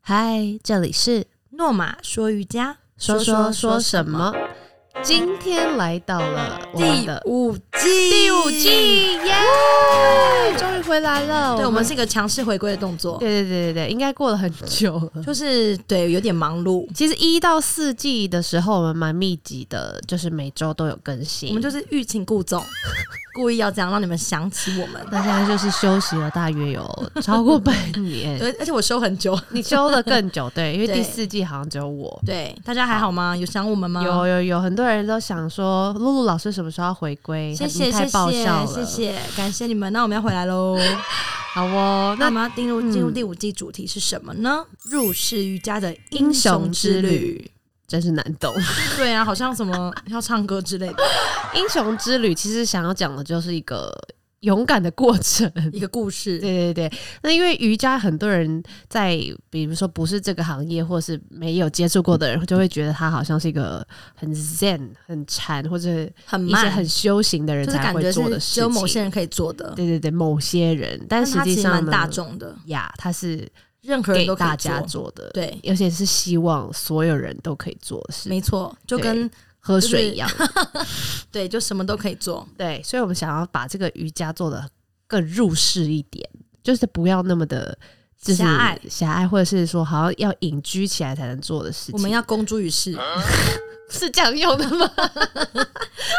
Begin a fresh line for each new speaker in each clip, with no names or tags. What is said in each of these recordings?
嗨，这里是
诺玛说瑜伽，
说说说什么？今天来到了我们
第
的
五季，哦
第五季，耶！终于回来了。
对我们是一个强势回归的动作，
对对对对对，应该过了很久了。
就是对有点忙碌，
其实一到四季的时候，我们蛮密集的，就是每周都有更新。
我们就是欲擒故 纵，故意要这样让你们想起我们。
那现在就是休息了大约 有超过半年，
对，而且我收很久。
你休了更久，对，因为
对
第四季好像只有我。
对，大家还好吗？有想我们吗？
有有有，很多人都想说露露老师什么时候要回归？
谢
你
谢
太
谢
爆笑
谢
了，
谢谢，感谢你们。那我们要回来喽。
好哦，
那
那
我们要进入
嗯
进入第五季主题是什么呢？入世瑜伽的
英
英
雄
雄
之
之
旅
旅。
真是难懂。
对啊，好像什么要唱歌之类 的。
英雄之旅其实想要讲的就是一个勇敢的过程。
一个故事。
对对对，那因为瑜伽很多人在，比如说不是这个行业或是没有接触过的人，就会觉得它好像是一个很 zen、很禅或者
很
一些
慢，
很修行的人
就是
才
感
会
觉
做的
是
事
只
情。
有某些人可以做的，
对对对，某些人，但
但
实
它
际
其实
上
蛮
呢，
大众的，
呀，它是
任何人
给
都可以
大家
做。
做的，
对，
而且是希望所有人都可以做的事，
没错，就跟
喝
就是
水一样。
对，就什么都可以做。
对，所以我们想要把这个瑜伽做的更入世一点，就是不要那么的，就是
狭隘
狭隘，或者是说好像要隐居起来才能做的事情。
我们要公诸于世，
是这样用的吗？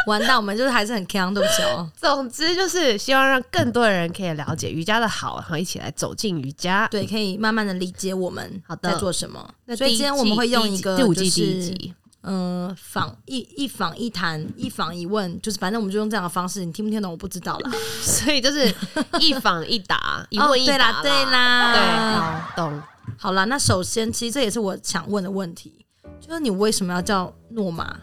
完蛋，我们就是还是很强，对不起 哦。
总之就是希望让更多的人可以了解瑜伽的好，然后一起来走进瑜伽。
对，可以慢慢的理解我们
好的
在做什么。
那
所以
第一
今天我们
季
会用
第
一
集
个
第五
就
季第一
是
集，
嗯，访一一访一谈，一访一问，就是反正我们就用这样的方式，你听不听懂我不知道啦。
所以就是一访一 答，一
哦
问一
对
答
啦，对啦，
对，好懂。
好啦，那首先，其实这也是我想问的问题，就是你为什么要叫诺玛？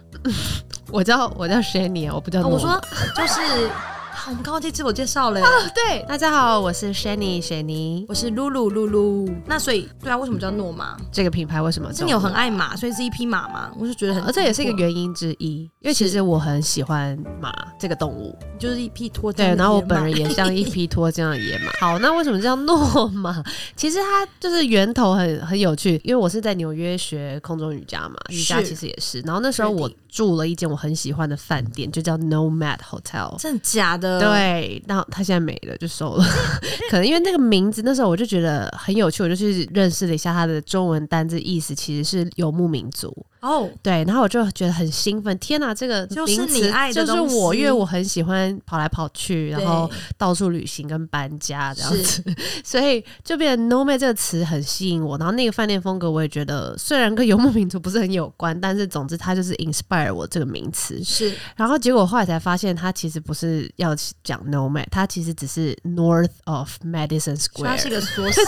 我叫我叫 Shania，我不呃叫
啊
诺玛、
我说就是，啊我们刚刚就自我介绍了耶，
哦对，大家好，我是 Shania 雪妮。
我是露露露露。那所以，对啊，为什么叫诺玛？
这个品牌为什么叫
是你有很
诺玛
爱马，所以是一匹马嘛？我就觉得很，
而这也是一个，原因之一，因为其实我很喜欢马这个动物，
就是一匹脱缰的
对，
野马。
然后我本人也像一匹脱缰的野马。 好，那为什么叫诺马？其实它就是源头很很有趣，因为我是在纽约学空中瑜伽嘛，瑜伽
是
其实也是。然后那时候
是的
我住了一间我很喜欢的饭店，就叫 Nomad Hotel。
真的假的？，
对，那它现在没了，就收了。 可能因为那个名字，那时候我就觉得很有趣，我就去认识了一下它的中文单字，意思其实是游牧民族。
哦，
对，然后我就觉得很兴奋，天哪，这个
就是
名
你
词
爱的
就是
东
我，因为
西
我很喜欢跑来跑去，然后
对
到处旅行跟搬家这样
是
子， 所以就变成 nomad 这个词很吸引我。然后那个饭店风格，我也觉得虽然跟游牧民族不是很有关，但是总之它就是 inspire 我这个名词。
是
然后结果后来才发现，它其实不是要讲 nomad，它其实只是 north of Madison
所以它是
Square。
一个缩写，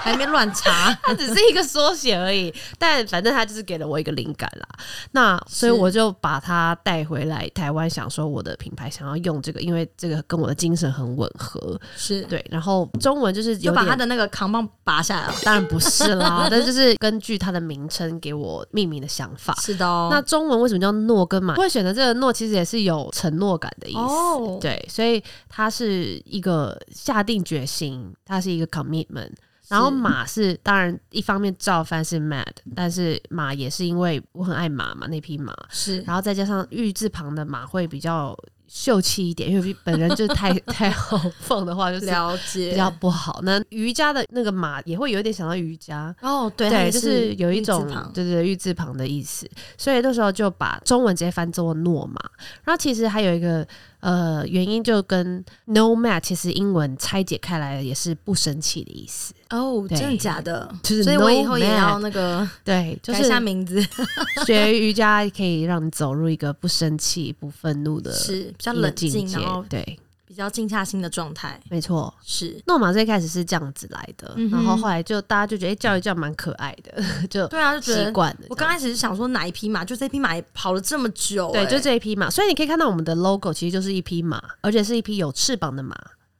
还没乱查。
它 只是一个缩写而已，但反正它就是给了我一个灵感啦。那所以
是
我就把它带回来台湾，想说我的品牌想要用这个，因为这个跟我的精神很吻合。
是，
对，然后中文就是有
就把
点
它的那个扛棒拔下来了。
当然不是啦，但就是根据它的名称给我命名的想法。
是的 哦，
那中文为什么叫诺跟马？会选择这个诺，其实也是有承诺感的意思。
哦，
对，所以它是一个下定决心，它是一个 commitment。然后
是
马是当然一方面照翻是 mad，但是马也是因为我很爱马嘛那匹马，
是
然后再加上玉字旁的马会比较秀气一点，因为本人就是 太太豪放的话就是
了
比
解。
较不好。那瑜伽的那个马也会有一点想到瑜伽，
哦，对它
对，
也
就是有一
玉字
种
旁
对对对玉字旁的意思，所以那时候就把中文直接翻作诺嘛。然后其实还有一个呃原因，就跟 nomad 其实英文拆解开来也是不生气的意思。
哦，
对
真的假的？
就是
所以我以后也
nomad
要那个
对，就
改一下
是
名字，
学瑜伽可以让你走入一个不生气、不愤怒的
是比较
一个
冷
境
静，
界
然后。
对，
比较静下心的状态。
没错。
是，
诺玛最开始是这样子来的，
嗯哼
然后后来就大家就觉得、诶哎叫一叫蛮可爱的， 就
对啊，就觉
习
得
惯了这样。
我刚开始是想说哪一匹马，就这匹马也跑了这么久、
对，
哎
就这一匹马，所以你可以看到我们的 logo 其实就是一匹马，而且是一匹有翅膀的马。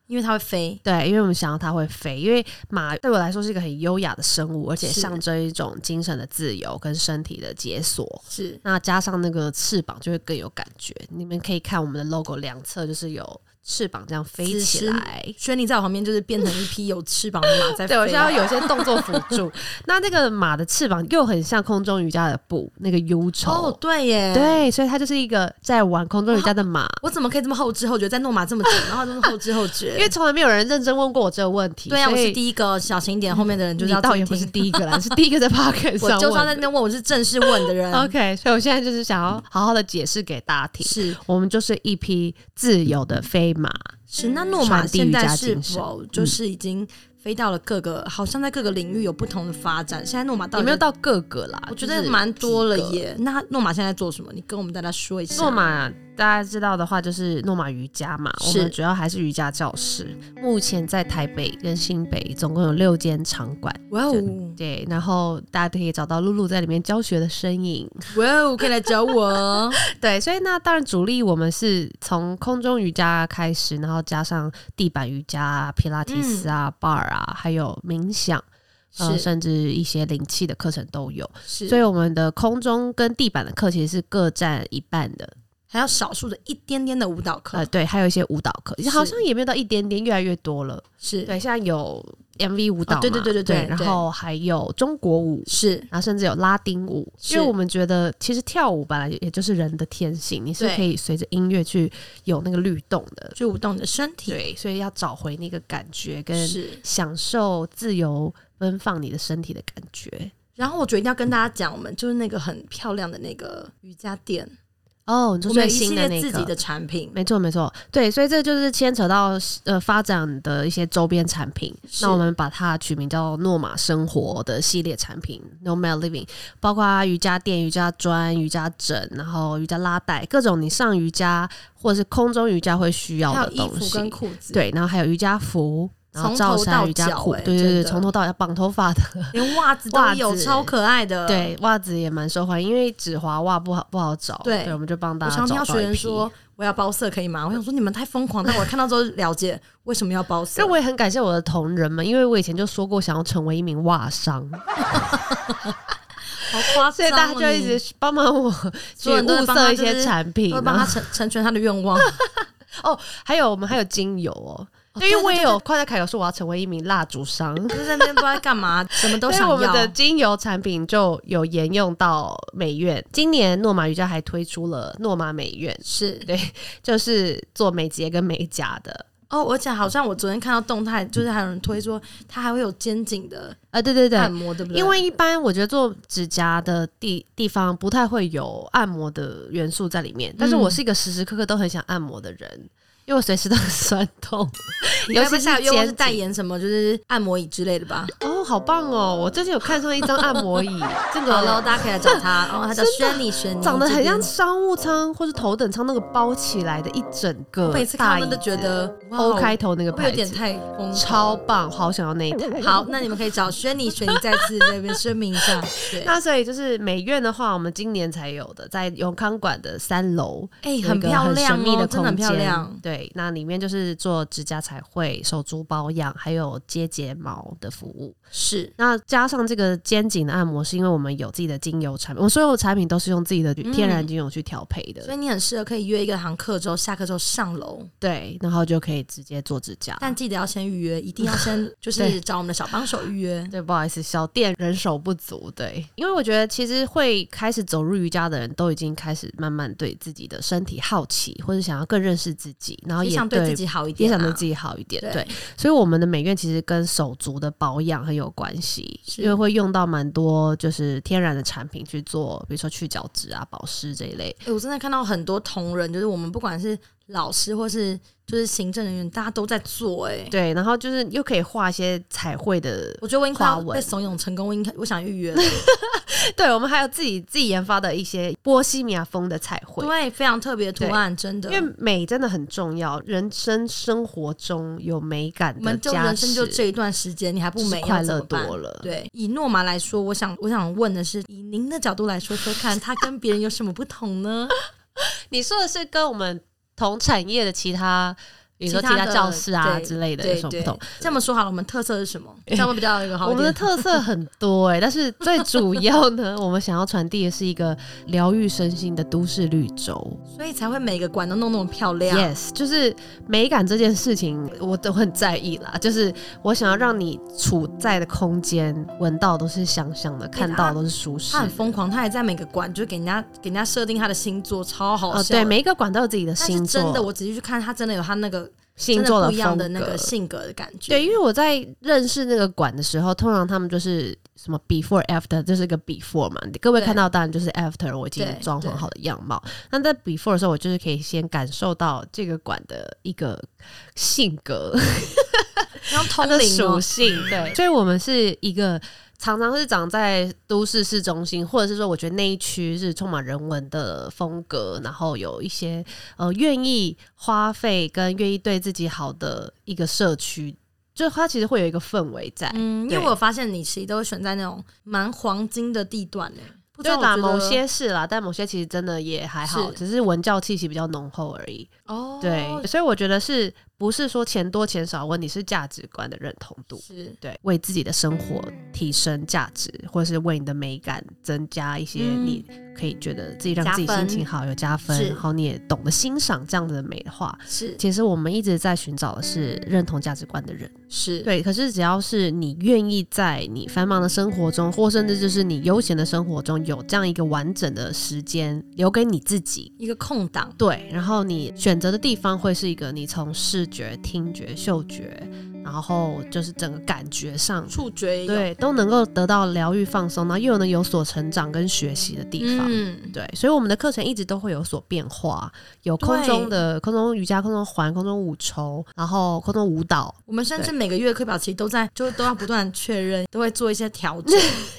因为它会飞，
对，因为我们想要它会飞，因为马对我来说是一个很优雅的生物，而且
是
象征一种精神的自由跟身体的解锁。
是
那加上那个翅膀，就会更有感觉。你们可以看我们的 logo 两侧，就是有翅膀这样飞
此
起
时
来。
轩尼在我旁边就是变成一匹有翅膀的 马在飞
对，
啊哦
我
了。
现在要有一些动作辅 助。那这个马的翅膀又很像空中瑜伽的布，那个忧愁。
哦，对耶，，
对，所以它就是一个在玩空中瑜伽的马。
我怎么可以这么后知后觉，在诺马这么久，然后这么后知后 觉？
因为从来没有人认真问过我这个问题，
对啊，我
所以
是第一个，小心一点，后面的人就是
你
要
倒也不
听
是
听。
第一个啦，是第一个在 Pocket
我
上
就算在
问
那
的。
边问，我是正式问 的人。
OK，所以我现在就是想要好好的解释给大家听，
是
我们就是一匹自由的飞马，
是，那诺马
传递
现在
瑜伽
是
精神嗯
否就是已经飞到了各个，好像在各个领域有不同的发展？现在诺马到
也
底
没有
在？
到各个啦，
我觉
就
得
是
蛮多了
几个。
耶。那诺马现在在做什么？你跟我们大家说一下。
诺马大家知道的话，就是诺马瑜伽嘛，我
是
们主要还是瑜伽教室。目前在台北跟新北总共有六间场馆，
哇哦
对，然后大家都可以找到露露在里面教学的身 影。
哇哦，可以来 找我。哦
对，所以那当然主力我们是从空中瑜伽开始，然后加上地板瑜伽啊、皮拉提斯啊、bar 啊，还有冥想，呃，
是
甚至一些灵气的课程都有。
是，
所以我们的空中跟地板的课其实是各占一半的，
还有少数的一点点的舞蹈课
呃，对，还有一些舞蹈课，
是
好像也没有到一点点，越来越多了。
是
对，现在有 MV 舞蹈嘛、
哦对对对对对
然
对
后还有中国舞。
是
然后甚至有拉丁舞，
是
因为我们觉得其实跳舞本来也就是人的天性，你是
对
可以随着音乐去有那个律动的，
去舞动你的身体，
对，所以要找回那个感觉跟
是。
享受自由奔放你的身体的感觉。
然后我决定要跟大家讲，我们就是那个很漂亮的那个瑜伽店，
哦，你
我
说
们有
最
一系
新的
列
那
自己的
个。
产品，
没错，没错，对，所以这就是牵扯到呃发展的一些周边产品。
是
那我们把它取名叫“诺玛生活”的系列产品 （Nomad Living），包括瑜伽垫、瑜伽砖、瑜伽枕，然后瑜伽拉带，各种你上瑜伽或者是空中瑜伽会需要
还
的
有衣
东
服
西。
跟裤子，，
对，然后还有瑜伽服，然后
从
罩
头到
衫、瑜伽
脚嗯
裤，
欸
对对
真
对，
的
从头到脚绑头 发的，
连袜子都
袜
有，
子
超可爱的。，
对，袜子也蛮受欢迎，因为只滑袜不好不好找，
对
我们就帮大
我
家
常
找
听
到
到学
一
员
批
说我要包色可以吗？我想说你们太疯狂，但我看到之后了解为什么要包色
但。我也很感谢我的同仁们，因为我以前就说过想要成为一名袜商，
好夸张哦，
所以大家就一
你
直帮忙我去
所有人都在
物
帮他
色一
就
些
是
产品，
都帮
然
他
后
成成全他的愿 望。
还有我们还有精油哦。
哦
对，因为我也
对对
有夸大凯有说我要成为一名蜡烛 商，
就是在那边不知道在干嘛，什么都
所以
想
我们
要
的。精油产品就有沿用到美院。今年诺玛瑜伽还推出了诺玛美院，
是
就是做美睫跟美甲的。
哦，而且好像我昨天看到动态，就是还有人推说它还会有肩颈的
啊，对对对，
按摩，对不对？
因为一般我觉得做指甲的地地方不太会有按摩的元素在里面，但是我是一个时时刻刻都很想按摩的人，因为我随时都很酸痛。
你
尤
该不
其
会下
是
愿望是
肩
代
颈
言什么，就是按摩椅之类的吧？
哦，好棒哦！我最近有看上一张按摩 椅，真
好喽，
的
大家可以来找他，然后他叫轩尼轩尼，
长得
这
很像
边
商务舱或是头等舱那个包起来的一整个
每次看
大
他
椅
们都觉
子
得哇
，O 开头那个
会不会
牌
有点
子。
太疯狂
超棒，好想要那一 台。
好，那你们可以找轩尼轩尼再次在这边声明一 下，对，
那所以就是美院的话，我们今年才有的，在永康馆的三楼，
哎、
有一
很
个
漂亮
神秘
哦，
的
真的
空
很
间，
漂亮。
对，那里面就是做指甲彩绘、手足保养，还有接睫毛的服务。
是
那加上这个肩颈的按摩，是因为我们有自己的精油产品，我所有的产品都是用自己的天然精油去调配的。
所以你很适合可以约一个堂课之后，下课之后上楼，
对，然后就可以直接做指甲。
但记得要先预约，一定要 先就是
对
找我们的小帮手预约。
对，不好意思，小店人手不足。对，因为我觉得其实会开始走入瑜伽的人都已经开始慢慢对自己的身体好奇，或者想要更认识自己，然后哦
也
也
想对自己好一
也
点、啊，
想对自己好一点。
对
对，所以我们的美院其实跟手足的保养很有关系，
是
因为会用到蛮多就是天然的产品去做，比如说去角质啊、保湿这一类。
哎、我真的看到很多同仁，就是我们不管是老师或是就是行政人员，大家都在做、哎，
对，然后就是又可以画一些彩绘的，
我觉得我应该要
花纹
被怂恿成功，我应该我想预约了。
对我们还有自己自己研发的一些波西米亚风的彩绘。
对，非常特别的图案，真的。
因为美真的很重要，人生生活中有美感
我
的
们就
加
人生就
持，
这一段时间，你还不
就是
美要
快
怎
乐
么办
多了。
对，以诺玛来说，我想我想问的是，以您的角度来说说看，它跟别人 有什么不同呢？
你说的是跟我们同产业的其他比如说
其
其
他的
他教室啊
对
之类的有
对
什么不
对
同。，
这么说好了，我们特色是什 么？这样会比较有一个好
我
一
们的
点。
特色很多 哎、但是最主要呢， 我们想要传递的是一个疗愈身心的都市绿洲。
所以才会每个馆都弄那么漂亮。
Yes，就是美感这件事情，我都很在意啦。就是我想要让你处在的空间，闻到都是香香的，看到都是舒适
他。哎很疯狂，他还在每个馆就给人家给人家设定他的星座，超好
呃，
笑的。
对，每一个馆都有自己的
但是
星座，
真的，我仔细去看，他真的有他那个
星座
真的
的
不一样的
风
那
格
个性格的感觉。
对，因为我在认识那个馆的时候，通常他们就是什么 before after，就是一个 before 嘛。各位
对
看到当然就是 after，我已经
对
装
对
潢好的样貌。那在 before 的时候，我就是可以先感受到这个馆的一个性格、
然后
它
通
的
灵、
属
哦，
性。对，嗯所以我们是一个。常常是长在都市市中心，或者是说，我觉得那一区是充满人文的风格，然后有一些呃愿意花费跟愿意对自己好的一个社区，就它其实会有一个氛围在。
嗯，因为
对
我有发现你其实都会选在那种蛮黄金的地段呢、不知
对
道
啦，
我觉得
某些是啦，但某些其实真的也还好，
是
只是文教气息比较浓厚而已。
哦，
对，所以我觉得是不是说钱多钱少的问题，是价值观的认同度。
是
对，为自己的生活提升价值，或者是为你的美感增加一些，
嗯
你可以觉得自己让
加
自己
分
心情好有加分，
是
然后你也懂得欣赏这样子的美的话，
是
其实我们一直在寻找的是认同价值观的人。
是，
对，可是只要是你愿意在你繁忙的生活中，或甚至就是你悠闲的生活中，有这样一个完整的时间留给你自己。
一个空档，
对，然后你选择的地方会是一个你从视觉、听觉、嗅觉，然后就是整个感觉上，
触觉也有
对，都能够得到疗愈、放松，然后又能有所成长跟学习的地方。
嗯，
对，所以我们的课程一直都会有所变化，有空中的空中瑜伽、空中环、空中五筹，然后空中舞蹈。
我们甚至
对
每个月的课表其实都在，就都要不断确认，都会做一些调 整。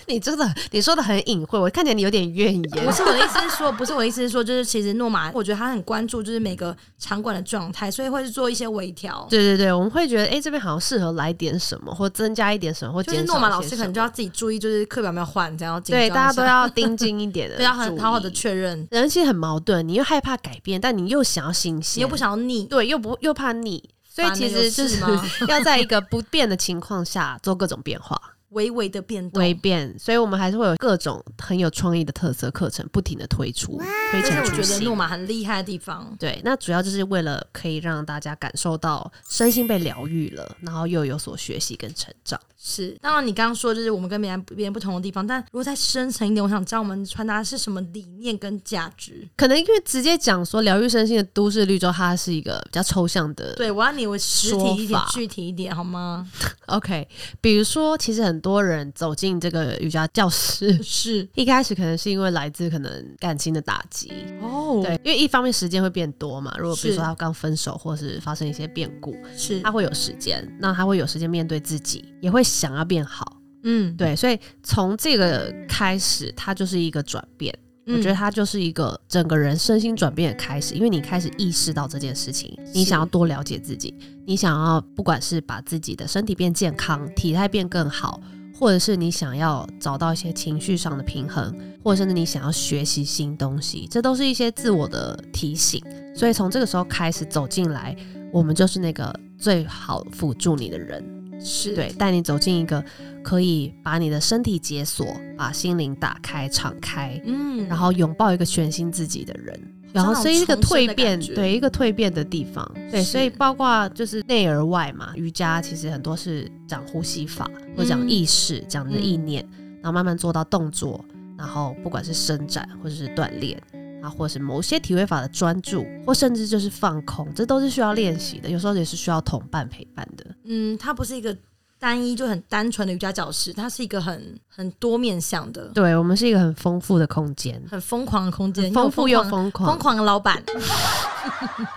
你真的你说的很隐晦，我看起来你有点怨
不
言。
是我的意思是说，不是我的意思是说，就是其实诺玛，我觉得他很关注就是每个场馆的状态，所以会去做一些微调。
对对对，我们会觉得，哎、这边好像适合来点什么，或增加一点什么，或
就是
减少
诺玛
一些
老师可
什
能
么
就要自己注意，就是课表有没有换，这样要紧张一
对
下
大家都要盯紧一点的，
对要很好好的。确认，
人其实很矛盾，你又害怕改变，但你又想要新鲜，
你又不想要腻，
对，又不又怕腻，所以
烦
其
了
实就
有事
是
吗
要在一个不变的情况下做各种变化、
微微的变动。
微变，所以我们还是会有各种很有创意的特色课程不停的推出，推
这是
陈
我
出
觉得诺
新。
玛很厉害的地方。
对，那主要就是为了可以让大家感受到身心被疗愈了，然后又有所学习跟成长。
是，当然你刚刚说就是我们跟别人别人不同的地方，但如果再深层一点，我想知道我们传达的是什么理念跟价值。
可能因为直接讲说疗愈身心的都市绿洲，它是一个比较抽象的
对，我要你我实体一
说
点
法，
具体一点好吗？
OK，比如说，其实很多人走进这个瑜伽教室，
是
一开始可能是因为来自可能感情的打击，
哦，
对，因为一方面时间会变多嘛。如果比
是
如说他刚分手，或是发生一些变故，
是
他会有时间，那他会有时间面对自己，也会想要变好。
嗯，
对，所以从这个开始，它就是一个转变。
嗯
我觉得它就是一个整个人身心转变的开始，因为你开始意识到这件事情，你
是
想要多了解自己，你想要不管是把自己的身体变健康，体态变更好，或者是你想要找到一些情绪上的平衡，或者甚至你想要学习新东西，这都是一些自我的提醒。所以从这个时候开始走进来，我们就是那个最好辅助你的人。
嗯是
对，带你走进一个可以把你的身体解锁，把心灵打开、敞开，
嗯，
然后拥抱一个全新自己的人。然
像
后，
那
所以一个
种重生
蜕
的
变
感，觉
对一个蜕变的地方，对，所以
是
包括就是内而外嘛，瑜伽其实很多是讲呼吸法，或者讲
嗯
意识，讲你的
嗯
意念，然后慢慢做到动作，然后不管是伸展或者是锻炼，啊，或者是某些体位法的专注，或甚至就是放空，这都是需要练习的，有时候也是需要同伴陪伴的。
嗯，它不是一个单一就很单纯的瑜伽教室，它是一个很很多面向的、
对我们是一个很丰富的空间，
很疯狂的空间，
丰富又
你有
疯
疯
狂，
狂疯狂的老板，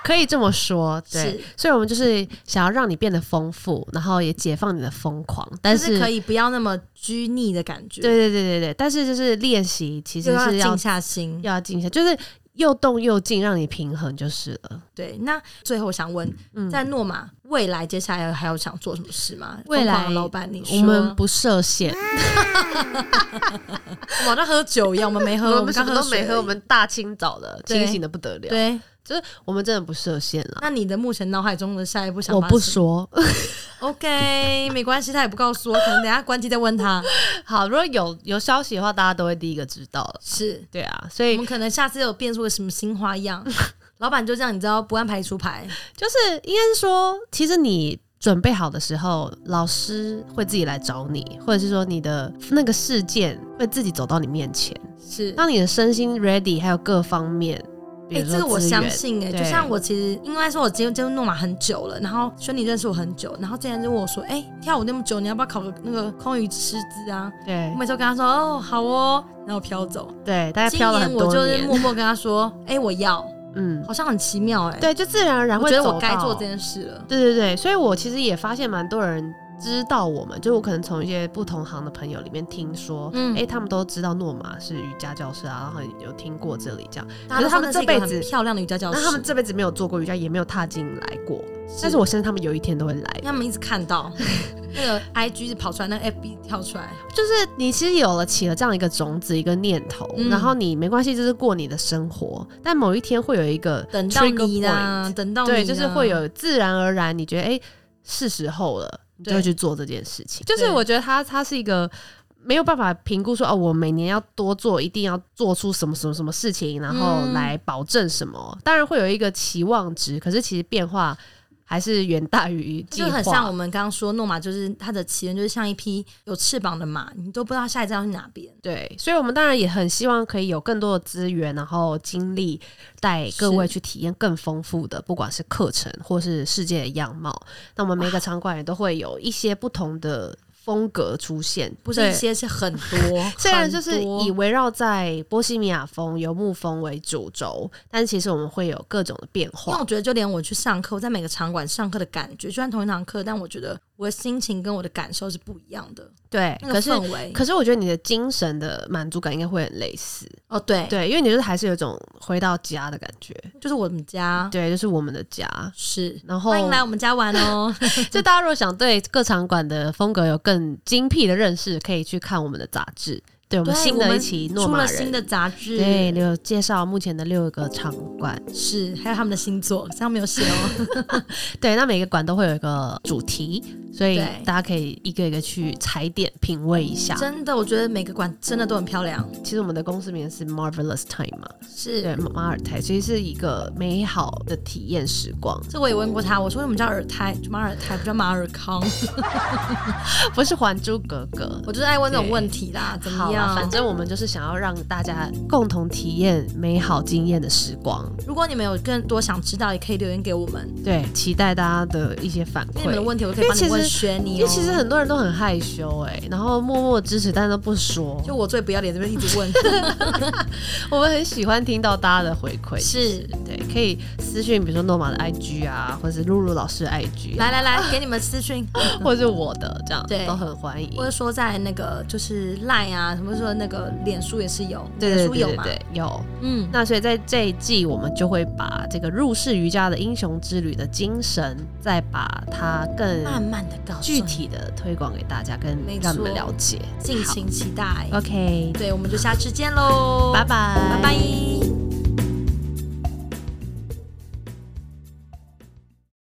可以这么说。对，
是
所以我们就是想要让你变得丰富，然后也解放你的疯狂，但
就是可以不要那么拘泥的感觉，
对，对对对对，但是就是练习其
就
实
要
是要
静下心。
要静下，就是又动又静，让你平衡就是了。
对，那最后我想问，
嗯，
在诺玛未来接下来还有想做什么事吗？
未来
疯狂的老板，你说
我们不设限，
我们好像喝酒一样，我们没喝，
我嗯
们
们什
刚
么
喝
都
水
没喝，我们大清早的
对
清醒的不得了。
对
就是我们真的不设限了。
那你的目前脑海中的下一步想
我
法
不
是
说，
，OK，没 关系，他也不告诉我，可能等一下关机再问他。
好，如果有有消息的话，大家都会第一个知道了。
是，
对啊，所
我
以
们可能下次有变出个什么新花样，老板就这样，你知道不按牌出牌，
就是应该是说，其实你准备好的时候，老师会自己来找你，或者是说你的那个事件会自己走到你面前。
是。
当你的身心 ready，还有各方面，比
哎、
如说
这个我
资
相
源
信哎、
对
就像我其实应该说，我接接诺马很久了，然后轩尼认识我很久，然后之前就问我说，哎、跳舞那么久，你要不要考个那个空余师资啊？
对
我每次都跟他说，哦，好哦，然后飘走。
对，大家
今
飘了
年
很
我
多
就是默默跟他说，哎、我要，
嗯，
好像很奇妙哎、，
对，就自然而然
我
会
觉得
走
我该
到
做这件事了。
对对对，所以我其实也发现蛮多人知道我们，就是我可能从一些不同行的朋友里面听说，
嗯
嗯，哎，他们都知道诺玛是瑜伽教师啊，然后有听过这里这样，
大家
可
都
是他们
说那一个
这辈子
很漂亮的瑜伽教
那
师，
他们这辈子没有做过瑜伽，也没有踏进来过，但是我相信他们有一天都会来
因为。他们一直 看到那个 IG 是跑出来，那个 FB 跳出来，
就是你其实有了起了这样一个种子，一个念头，
嗯
然后你没关系，就是过你的生活，但某一天会有一个
等到
trigger
你
point
啦，等到你
对，就是
啦
会有自然而然，你觉得哎、诶是时候了，你就
对
会去做这件事情。就是
对
我觉得它它是一个没有办法评估说哦，我每年要多做，一定要做出什么什么什么事情，然后
嗯
来保证什么。当然会有一个期望值，可是其实变化还是远大于计
就
划。
很像我们刚刚说，诺马就是它的起源，就是像一匹有翅膀的马，你都不知道下一站要去哪边。
对，所以我们当然也很希望可以有更多的资源，然后精力带各位
是
去体验更丰富的，不管是课程或是世界的样貌。那我们每个场馆也都会有一些不同的风格出现，
不是
对。
一。些，是很多
虽然就是
很多
以围绕在波西米亚风、游牧风为主轴，但其实我们会有各种的变
因为
化
我。觉得，就连我去上课，我在每个场馆上课的感觉，就算同一堂课，但我觉得我的心情跟我的感受是不一样的，
对，
那
可
个
是
氛围。
可是我觉得你的精神的满足感应该会很类似，
哦，对，
对，因为你就是还是有一种回到家的感觉，
就是我们家
对，就是我们的家。
是
然后
欢迎来我们家玩 哦。
就大家如果想对各场馆的风格有更精辟的认识，可以去看我们的杂志。对我们
对
新
我
的
们
一期诺
出
马
了新
人，
的杂志，
对，有介绍目前的六个场馆。
是还有他们的星座，上面有写 哦。
对，那每个馆都会有一个主题，所以
对
大家可以一个一个去踩点品味一下。
真的，我觉得每个馆真的都很漂亮，
其实我们的公司名是 Marvelous Time 嘛，
是。
对，马马尔泰其实是一个美好的体验时光，
这我也问过他，我说为什么叫耳胎？就马尔胎不叫马尔康？
不是《还珠格格
我就是爱问这种问题啦，》。怎
好啦，
么样？
反正我们就是想要让大家共同体验美好经验的时光。
如果你们有更多想知道，也可以留言给我们，
对，期待大家的一些反
因为你们的
馈。
问题我可以
因为
帮
其
你
实
问轩尼、哦。
因为其实很多人都很害羞哎、然后默默支持，但是都不说。
就我最不要脸，这边一直问，
我们很喜欢听到大家的回馈，
是
对，可以私信，比如说诺玛的 IG 啊，或者是露露老师的啊 IG，、
来来来，给你们私 讯，
或者是我的，这样
对
都很欢迎
或。者说在那个就是赖啊，什么说那个脸书也是有，
对对
脸书
对
有
对
嘛？
对，有。
嗯，
那所以在这一季，我们就会把这个入世瑜伽的英雄之旅的精神，再把它更
慢慢的告诉
具体的推广给大家，跟
没
让你们
错
了解。
你，敬请期待。
OK，
对，我们就下次见喽，
拜拜，
拜拜。